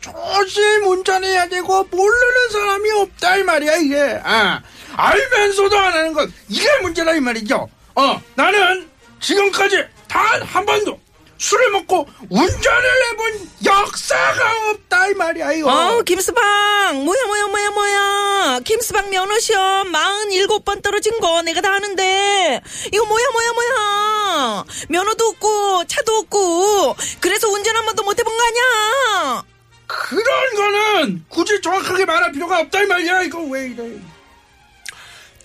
조심 운전해야 되고 모르는 사람이 없다 이 말이야 이게 어. 알면서도 안 하는 것 이게 문제다 이 말이죠 어 나는 지금까지 단 한 번도 술을 먹고 운전을 해본 역사가 없다 이 말이야 이거 어, 김수방 뭐야 뭐야 뭐야 뭐야 김수방 면허 시험 47번 떨어진 거 내가 다 아는데 이거 뭐야 뭐야 뭐야 면허도 없고 차도 없고 그래서 운전 한 번도 못 해본 거 아니야 그런 거는 굳이 정확하게 말할 필요가 없다 이 말이야 이거 왜 이래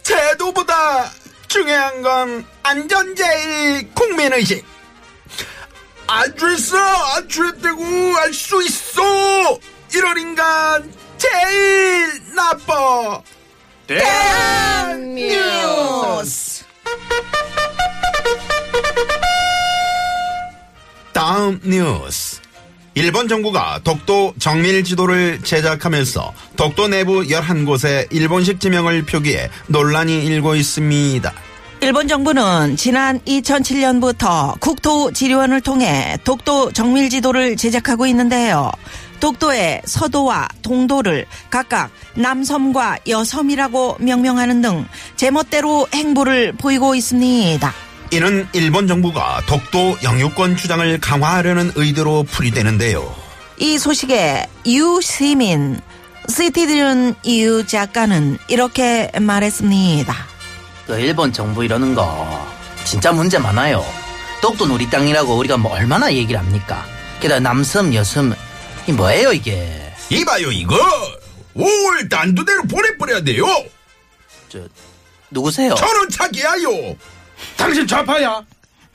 제도보다 중요한 건 안전제일 국민의식. 안줄 있어, 안줄 되고, 알 수 있어! 이런 인간 제일 나빠! 네. 뉴스 다음 뉴스. 일본 정부가 독도 정밀 지도를 제작하면서 독도 내부 11곳에 일본식 지명을 표기해 논란이 일고 있습니다. 일본 정부는 지난 2007년부터 국토지리원을 통해 독도 정밀지도를 제작하고 있는데요. 독도의 서도와 동도를 각각 남섬과 여섬이라고 명명하는 등 제멋대로 행보를 보이고 있습니다. 이는 일본 정부가 독도 영유권 주장을 강화하려는 의도로 풀이되는데요. 이 소식에 유시민 시티즌 유 작가는 이렇게 말했습니다. 그 일본 정부 이러는 거 진짜 문제 많아요. 독도는 우리 땅이라고 우리가 뭐 얼마나 얘기를 합니까? 게다가 남섬 여섬 이 뭐예요 이게? 이봐요 이거 5월 단두대로 보내버려야 돼요 저 누구세요? 저는 차기야요 당신 좌파야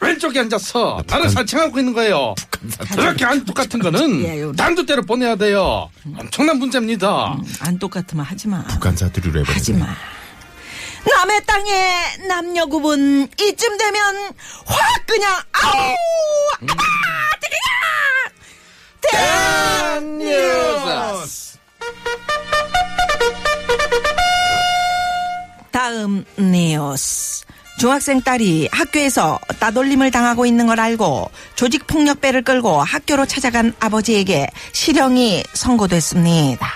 왼쪽에 앉았어 나를 사칭하고 있는 거예요 그렇게 안 똑같은 거는 당도대로 보내야 돼요 엄청난 문제입니다 안 똑같으면 하지 마. 북한사 드류를 해버리네. 하지 마. 남의 땅에 남녀 구분 이쯤 되면 확 그냥 아우 아빠 그냥 대한뉴스. 다음 뉴스. 중학생 딸이 학교에서 따돌림을 당하고 있는 걸 알고 조직폭력배를 끌고 학교로 찾아간 아버지에게 실형이 선고됐습니다.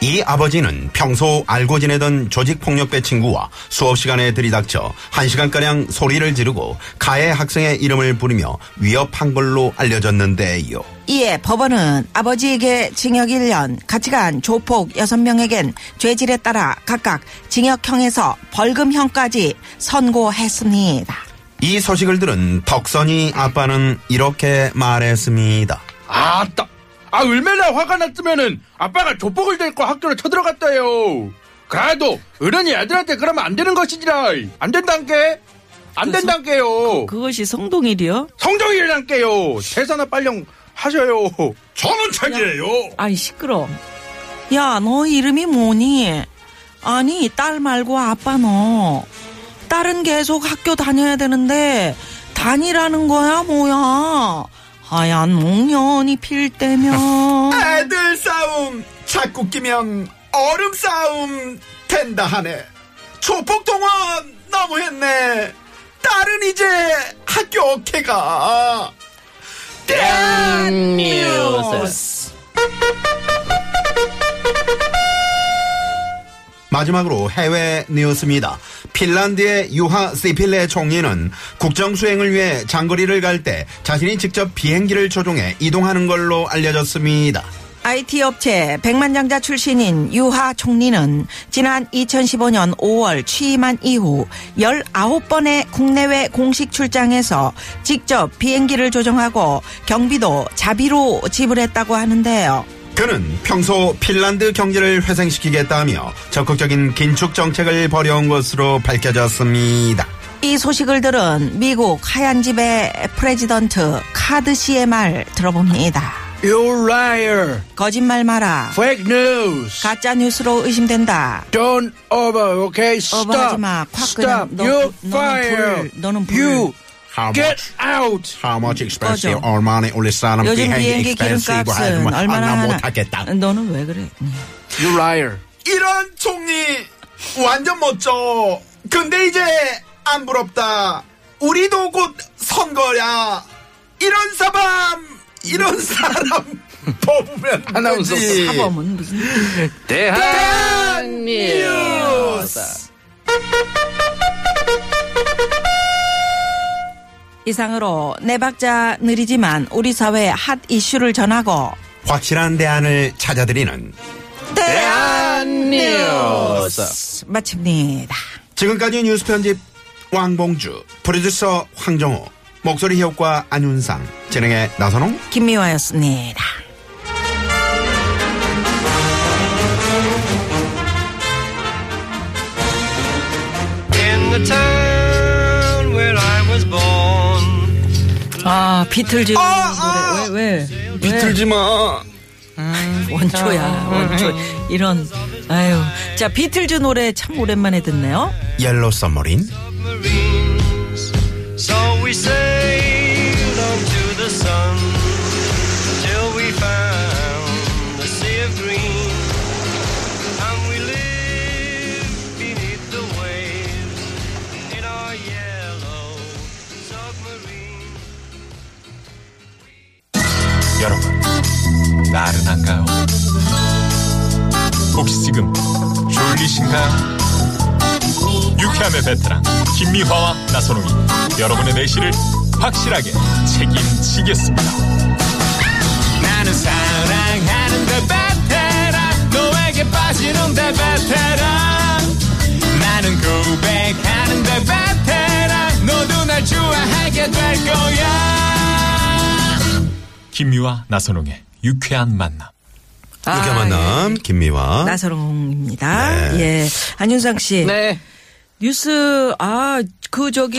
이 아버지는 평소 알고 지내던 조직폭력배 친구와 수업시간에 들이닥쳐 1시간가량 소리를 지르고 가해 학생의 이름을 부르며 위협한 걸로 알려졌는데요 이에 법원은 아버지에게 징역 1년, 같이 간 조폭 6명에겐 죄질에 따라 각각 징역형에서 벌금형까지 선고했습니다. 이 소식을 들은 덕선이 아빠는 이렇게 말했습니다 아따 아 얼마나 화가 났으면은 아빠가 조폭을 데리고 학교를 쳐들어갔다요 그래도 어른이 애들한테 그러면 안 되는 것이지라 안 된단 게안 된단 게요 그것이 성동일이요? 성정이란 게요 세사나 빨령 하셔요 저는 차기예요 아이, 시끄러. 야, 너 이름이 뭐니? 아니, 딸 말고 아빠 너. 딸은 계속 학교 다녀야 되는데, 다니라는 거야, 뭐야? 하얀 목련이 필 때면. 애들 싸움 자꾸 끼면 얼음 싸움 된다 하네. 조폭 동원 너무했네. 딸은 이제 학교 개가. 땡 뉴스. 마지막으로 해외 뉴스입니다. 핀란드의 유하 시필레 총리는 국정 수행을 위해 장거리를 갈 때 자신이 직접 비행기를 조종해 이동하는 걸로 알려졌습니다. IT 업체 백만장자 출신인 유하 총리는 지난 2015년 5월 취임한 이후 19번의 국내외 공식 출장에서 직접 비행기를 조정하고 경비도 자비로 지불했다고 하는데요. 그는 평소 핀란드 경제를 회생시키겠다며 적극적인 긴축 정책을 벌여온 것으로 밝혀졌습니다. 이 소식을 들은 미국 하얀 집의 프레지던트 카드 씨의 말 들어봅니다. You liar. 거짓말 마라. Fake news. 가짜 뉴스로 의심된다. Don't over, okay? Stop. 오버하지 마. 콱 Stop. 그냥 너- you 너는 fire. 불, 너는 불. 아, You 그 How get out. How much expensive 꺼져. or money 올릴 사람 요즘 비행기 비행기 expensive 기름값은 하지만 얼마나 아, 나 하나? 못하겠다. 너는 왜 그래? You liar. 이런 총리 완전 멋져. 근데 이제 안 부럽다. 우리도 곧 선거야. 이런 사람, 이런 사람 뽑으면 음. 아나운서 되지. 사범은 무슨 대한 뉴스. 이상으로 네 박자 느리지만 우리 사회의 핫 이슈를 전하고 확실한 대안을 찾아드리는 대한 네. 뉴스. 마칩니다. 지금까지 뉴스 편집 왕봉주, 프로듀서 황정호, 목소리 효과 안윤상, 진행의 나선홍. 김미화였습니다. in the town where I was born. 아 비틀즈 노래 왜 왜? 비틀즈 마. 원초야 원초 아. 이런 아유 자 비틀즈 노래 참 오랜만에 듣네요. 옐로 썸머린. Marines. So we sailed on to the sun till we found the sea of green. And we lived beneath the waves in our yellow submarine. 여러분, 나른한가요? 혹시 지금 졸리신가요? 유쾌함의 베테랑 김미화와 나선홍이 여러분의 내실을 확실하게 책임지겠습니다. 나는 사랑하는데 베테랑 너에게 빠지는데 베테랑 나는 고백하는데 베테랑 너도 날 좋아하게 될 거야. 김유와 나선홍의 유쾌한 만남. 아, 유쾌 만남, 예. 김미화. 나서롱입니다. 예 안윤상 씨 네. 뉴스 아 그 저기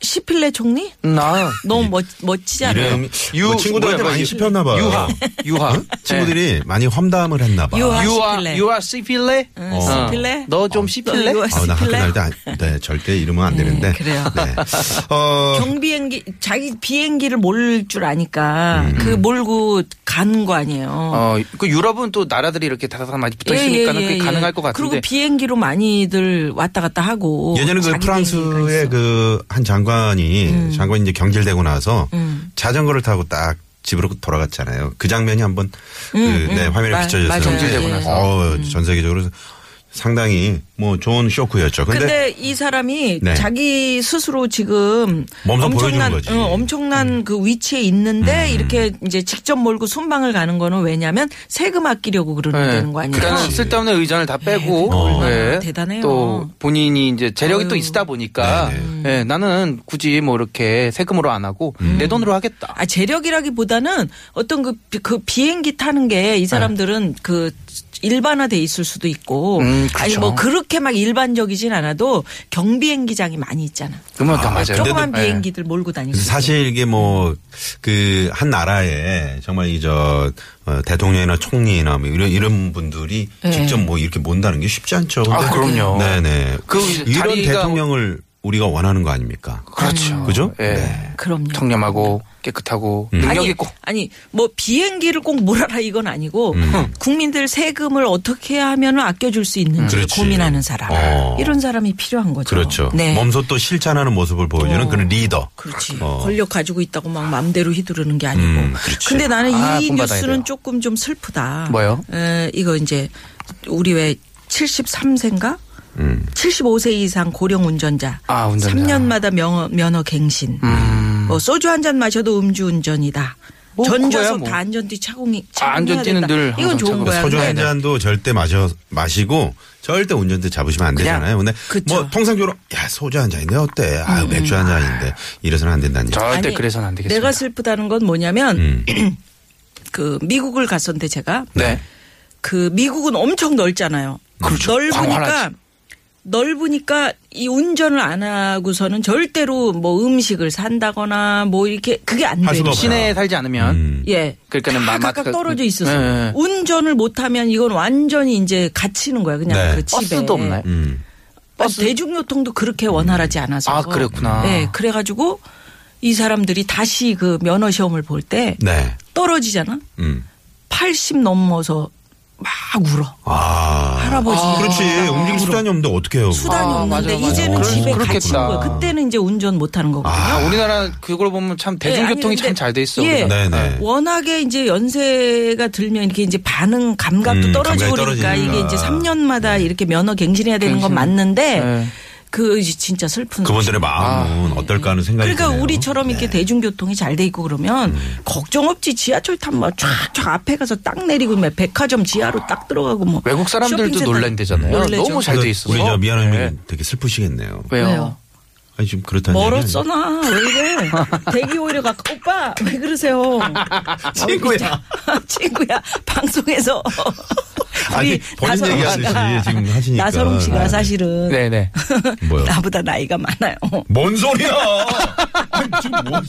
시필레 총리 음. 나 너무 멋 멋지지 않아요? 이름, 뭐 친구들한테 뭐야, 많이 뭐야, 씹혔나봐요. 유하. 유하. 어? 네. 네. 친구들이 많이 험담을 했나봐. 유하. 네. 시필레. 유하. 유하 시필레. 아, 어, 시필레? 너 좀 시필래? 어. 이거 아, 나 학교 그뭐 시필레? 다닐 때, 안, 네, 절대 이러면 안 되는데. 그래요. 네. 어, 경비행기 자기 비행기를 몰 줄 아니까 그 몰고 가는 거 아니에요. 어, 그 유럽은 또 나라들이 이렇게 다다닥 많이 붙어 있으니까는 예, 예, 그게 예. 가능할 것 같은데. 그리고 비행기로 많이들 왔다 갔다 하고. 예전에 그뭐 자기 비행기가 프랑스의 있어. 음. 그 한 장관이 장관이 이제 경질되고 나서 자전거를 타고 딱 집으로 돌아갔잖아요. 그 장면이 한번 그, 네, 화면에 음, 마- 비춰졌어요. 맞아요. 음. 경질되고 네. 나서. 어, 전 세계적으로 상당히 뭐 좋은 쇼크였죠. 근데, 근데 이 사람이 네. 자기 스스로 지금 몸소 보여주는 엄청난 거지. 응, 엄청난 그 위치에 있는데 이렇게 이제 직접 몰고 순방을 가는 거는 왜냐면 세금 아끼려고 그러는 네. 되는 거 아니에요. 그러니까 그렇지. 쓸데없는 의전을 다 빼고 얼마나 예. 아, 대단해요. 또 본인이 이제 재력이 또 어휴. 있다 보니까 예, 나는 굳이 뭐 이렇게 세금으로 안 하고 내 돈으로 하겠다. 아 재력이라기보다는 어떤 그, 비- 그 비행기 타는 게 이 사람들은 네. 그 일반화돼 있을 수도 있고 음, 그렇죠. 아니 뭐 그렇게 막 일반적이진 않아도 경비행기장이 많이 있잖아. 네, 그러면 다 맞아요. 조그만 예. 비행기들 몰고 다니고. 네. 그래서 사실 이게 뭐, 그, 한 나라에 정말 이 저, 어, 대통령이나 총리나 뭐 이런, 이런 분들이 네. 직접 뭐 이렇게 몬다는 게 쉽지 않죠. 아, 그럼요. 네네. 그 이런 자리가 대통령을 우리가 원하는 거 아닙니까? 그렇죠. 그죠? 예. 그럼요. 청렴하고 음. 깨끗하고 능력 아니, 있고. 아니 뭐 비행기를 꼭 몰아라 이건 아니고 음. 국민들 세금을 어떻게 하면 아껴줄 수 있는지 를 그렇지. 고민하는 사람 어. 이런 사람이 필요한 거죠. 그렇죠. 네. 몸소 또 실천하는 모습을 보여주는 그런 리더. 그렇지. 어. 권력 가지고 있다고 막 맘대로 휘두르는 게 아니고. 음, 그렇지. 근데 나는 아, 이 본받아야 돼요. 뉴스는 조금 좀 슬프다. 뭐요? 에, 이거 이제 우리 왜 73세인가? 음. 75세 이상 고령 운전자. 아, 운전자. 음. 3년마다 면허, 면허 갱신. 뭐 소주 한 잔 마셔도 음주 운전이다. 뭐 그거야, 전좌석 뭐. 다 안전띠 착용이 아, 안전띠는 착용해야 된다. 늘 이건 항상 좋은 착용. 거야. 소주 근데 한 잔도 절대 마셔 마시고 절대 운전대 잡으시면 안 그냥, 되잖아요. 근데 그쵸. 뭐 통상적으로 야 소주 한 잔인데 어때? 음. 아유 맥주 한 잔인데 이래서는 안 된다는 얘기. 절대 아니, 그래서는 안 되겠습니다. 내가 슬프다는 건 뭐냐면 음. 그 미국을 갔었는데 제가 네. 그 미국은 엄청 넓잖아요. 넓으니까 그렇죠. 광활하지. 넓으니까 이 운전을 안 하고서는 절대로 뭐 음식을 산다거나 뭐 이렇게 그게 안 할 돼요. 수가 없어요. 네, 시내에 살지 않으면 음. 예. 그러니까는 다 마- 마- 각각 그- 떨어져 있어서 예, 예. 운전을 못 하면 이건 완전히 이제 갇히는 거야. 그냥 네. 그 집에. 버스도 없나요? 음. 아니, 대중교통도 그렇게 원활하지 않아서. 아, 그랬구나. 네, 그래가지고 이 사람들이 다시 그 면허 시험을 볼 때 네. 떨어지잖아. 음. 80 넘어서 막 울어. 아. 할아버지. 그렇지. 움직일 수단이 없는데 어떻게 해요? 수단이 아, 없는데 맞아, 맞아. 이제는 그럴 수 집에 그렇겠다. 갇힌 거야. 그때는 이제 운전 못 하는 거거든요. 아, 우리나라 그걸 보면 참 네, 대중교통이 아니, 근데- 참 잘 돼 있어. 예. 우리가. 네네. 워낙에 이제 연세가 들면 이렇게 이제 반응 감각도 음, 떨어지고 감각이 떨어지니까. 그러니까 이게 이제 3년마다 이렇게 면허 갱신해야 되는 건 맞는데 네. 그 이제 진짜 슬픈 그분들의 거지. 마음은 어떨까 하는 생각이 그러니까 드네요. 우리처럼 이렇게 대중교통이 잘 돼 있고 그러면 음. 걱정 없지 지하철 타면 쫙쫙 앞에 가서 딱 내리고 막 백화점 지하로 딱 들어가고 뭐 외국 사람들도 쇼핑센터 놀란대잖아요. 놀래죠. 너무 잘 돼 있어서. 우리 저 미안하면 네. 되게 슬프시겠네요. 왜요? 왜요? 아니 지금 그렇다는 멀었어 나왜 이래 대기 오히려 가 오빠 왜 그러세요 아, 아, 친구야. 친구야 방송에서 아니 우리 본인 나선홍 얘기하듯이 씨가 지금 하시니까. 아, 네. 나선홍 씨가 사실은 네네. 뭐요? 나보다 나이가 많아요. 뭔 소리야? 아니, 지금 뭐,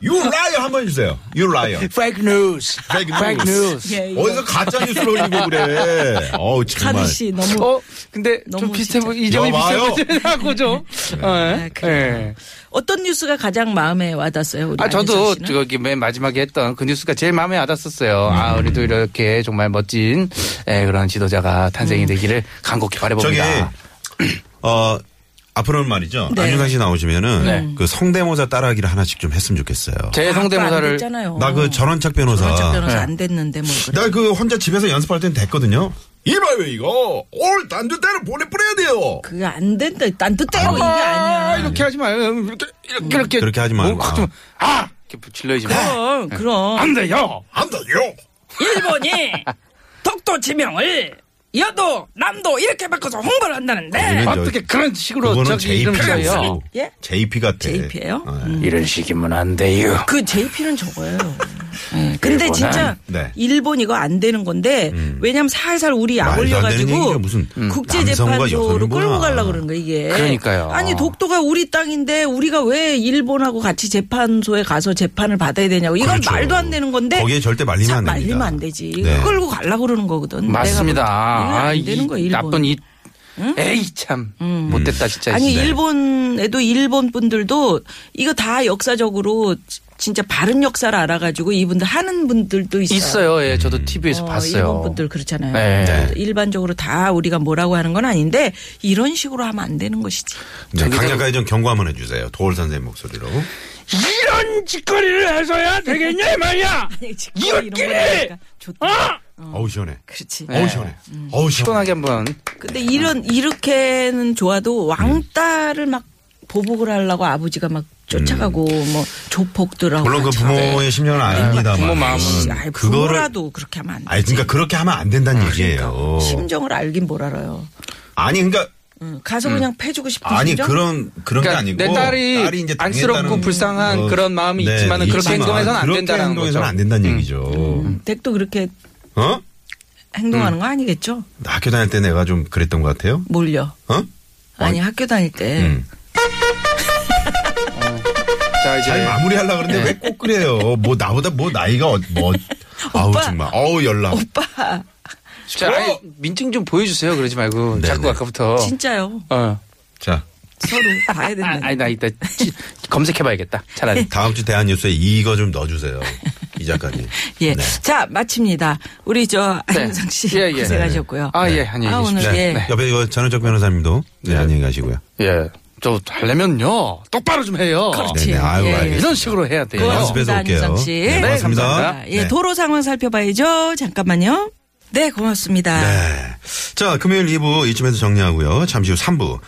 you liar 한번 해주세요. You liar. Fake news. Fake Fake news. 예, 이거 어디서 가짜 뉴스를 올리고 그래? 어우 카드 정말. 씨 너무 어, 근데 좀 너무 비슷해 진짜. 보이 이점이 비슷해 여봐요. 보이라고 좀. 어, 예. 그래요. 어떤 뉴스가 가장 마음에 와닿았어요? 우리 아, 저도 안윤선 씨는? 그 저기 맨 마지막에 했던 그 뉴스가 제일 마음에 와닿았었어요. 아, 우리도 이렇게 정말 멋진 예, 그런 지도자가 탄생이 되기를 간곡히 저기 바라봅니다. 어 앞으로는 말이죠. 네. 안윤상 씨 나오시면은 네. 그 성대모사 따라하기를 하나씩 좀 했으면 좋겠어요. 제 성대모사를 나 그 전원착 변호사. 네. 변호사 어, 안 됐는데 뭐 네. 그래. 나 그 혼자 집에서 연습할 땐 됐거든요. 이봐요 이거 올 단두대로 보내버려야 돼요. 그게 안 된다. 난 뜻대로 뭐 이게 아니야. 아, 이렇게 하지 마요. 이렇게 이렇게 이렇게 그렇게 하지 말고. 뭐, 확 좀, 아, 이렇게 질러야지 마. 아. 그럼 그럼 안 돼요. 안 돼요. 일본이 독도 지명을 여도 남도 이렇게 바꿔서 홍보를 한다는데 아, 어떻게 그런 식으로 그거는 저기 이름 JP 써요? 같고. 예? JP 같아. JP예요? 어, 이런 식이면 안 돼요. 그 JP는 저거예요. 예, 근데 일본은- 진짜 음, 네. 음. 일본 이거 안 되는 건데 왜냐면 살살 우리 약 말도 안 되는 얘기야, 올려가지고 음. 무슨. 남성과 국제재판소로 여성이구나. 끌고 가려고 그러는 거 이게 그러니까요. 아니 독도가 우리 땅인데 우리가 왜 일본하고 같이 재판소에 가서 재판을 받아야 되냐고 이건 그렇죠. 말도 안 되는 건데 거기에 절대 말리면 안 참 말리면 됩니다. 안 되지 네. 끌고 가려고 그러는 거거든 내가 맞습니다. 볼 때. 이거 아, 안 이 되는 거야 일본 음. 나쁜 이 에이 참 못됐다 진짜. 아니 네. 일본에도 일본 분들도 이거 다 역사적으로 진짜 바른 역사를 알아가지고 이분들 하는 분들도 있어요. 있어요. 예, 저도 TV에서 어, 봤어요. 일본 분들 그렇잖아요. 네. 그래도 일반적으로 다 우리가 뭐라고 하는 건 아닌데 이런 식으로 하면 안 되는 것이지. 네, 강력하게 좀 경고 한번 해주세요. 도올 선생님 목소리로. 이런 짓거리를 해서야 되겠냐 이 말이야. 이웃끼리! 좋다. 어? 어우 시원해. 그렇지. 어우 시원해. 어우 시원해. 시원하게 한번 근데 이런 이렇게는 좋아도 음. 왕따를 막 보복을 하려고 아버지가 막 쫓아가고 뭐 조폭들하고 음. 물론 그 같이 부모의 심령은 아닙니다만. 그렇죠. 네. 부모 마음은 아이씨, 아이, 그거를. 부모라도 그렇게 하면 안 돼. 아니 그러니까 그렇게 하면 안 아, 된다는 얘기예요. 그러니까 심정을 알긴 뭘 알아요. 아니 그러니까 응, 가서 그냥 패주고 싶은 아니 심정? 그런 그런 그러니까 게 아니고 내 딸이 안쓰럽고 당했다는 불쌍한 거- 그런 마음이 있지만은 그렇게 행동해서는 안 된다는 그렇게 행동해서는 거죠. 음. 안 된다는 얘기죠. 댁도 그렇게 어? 행동하는 음. 거 아니겠죠? 나 학교 다닐 때 내가 좀 그랬던 것 같아요. 몰려. 어? 아니 학교 다닐 때 음. 자 아니 이제 마무리하려 그러는데 네. 왜 꼭 그래요? 뭐 나보다 뭐 나이가 어, 뭐 아우 오빠. 정말 아우 연락. 어. 오빠 자, 아니, 민증 좀 보여주세요. 그러지 말고 어? 네네. 어. 자꾸 아까부터 진짜요. 어. 자 서로 봐야 아, 된다. 아니 나 이따 치- 검색해봐야겠다. 차라리 다음 주 대한뉴스에 이거 좀 넣어주세요. 이 작가님. 예. 네. 자, 마칩니다. 우리 저 네. 안윤상 씨 예, 예. 고생하셨고요. 아 예 안녕히 아, 계십시오. 오늘 예. 네. 옆에 이거 전현적 변호사님도 네, 안녕히 가시고요. 예. 저 하려면요 똑바로 좀 해요. 그렇지. 네네. 아유, 예. 알겠습니다. 이런 식으로 해야 돼요. 고맙습니다, 연습해서 올게요. 안윤상 씨. 네, 네, 고맙습니다. 감사합니다. 예, 네. 도로 상황 살펴봐야죠. 잠깐만요. 네, 고맙습니다. 네. 자, 금요일 2부 이쯤에서 정리하고요. 잠시 후 3부.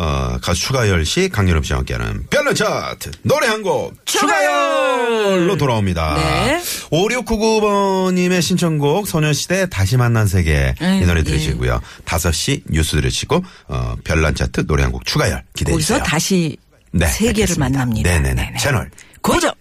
어, 가수 추가열 씨, 강렬업 씨와 함께하는 별난 차트 노래 한 곡 추가열로 돌아옵니다. 네. 5699번님의 신청곡 소녀시대 다시 만난 세계 이 음, 노래 예. 들으시고요. 5시 뉴스 들으시고 어, 별난 차트 노래 한 곡 추가열 기대해 거기서 주세요. 다시 네, 세계를 알겠습니다. 만납니다. 네네네. 네네. 채널 고정.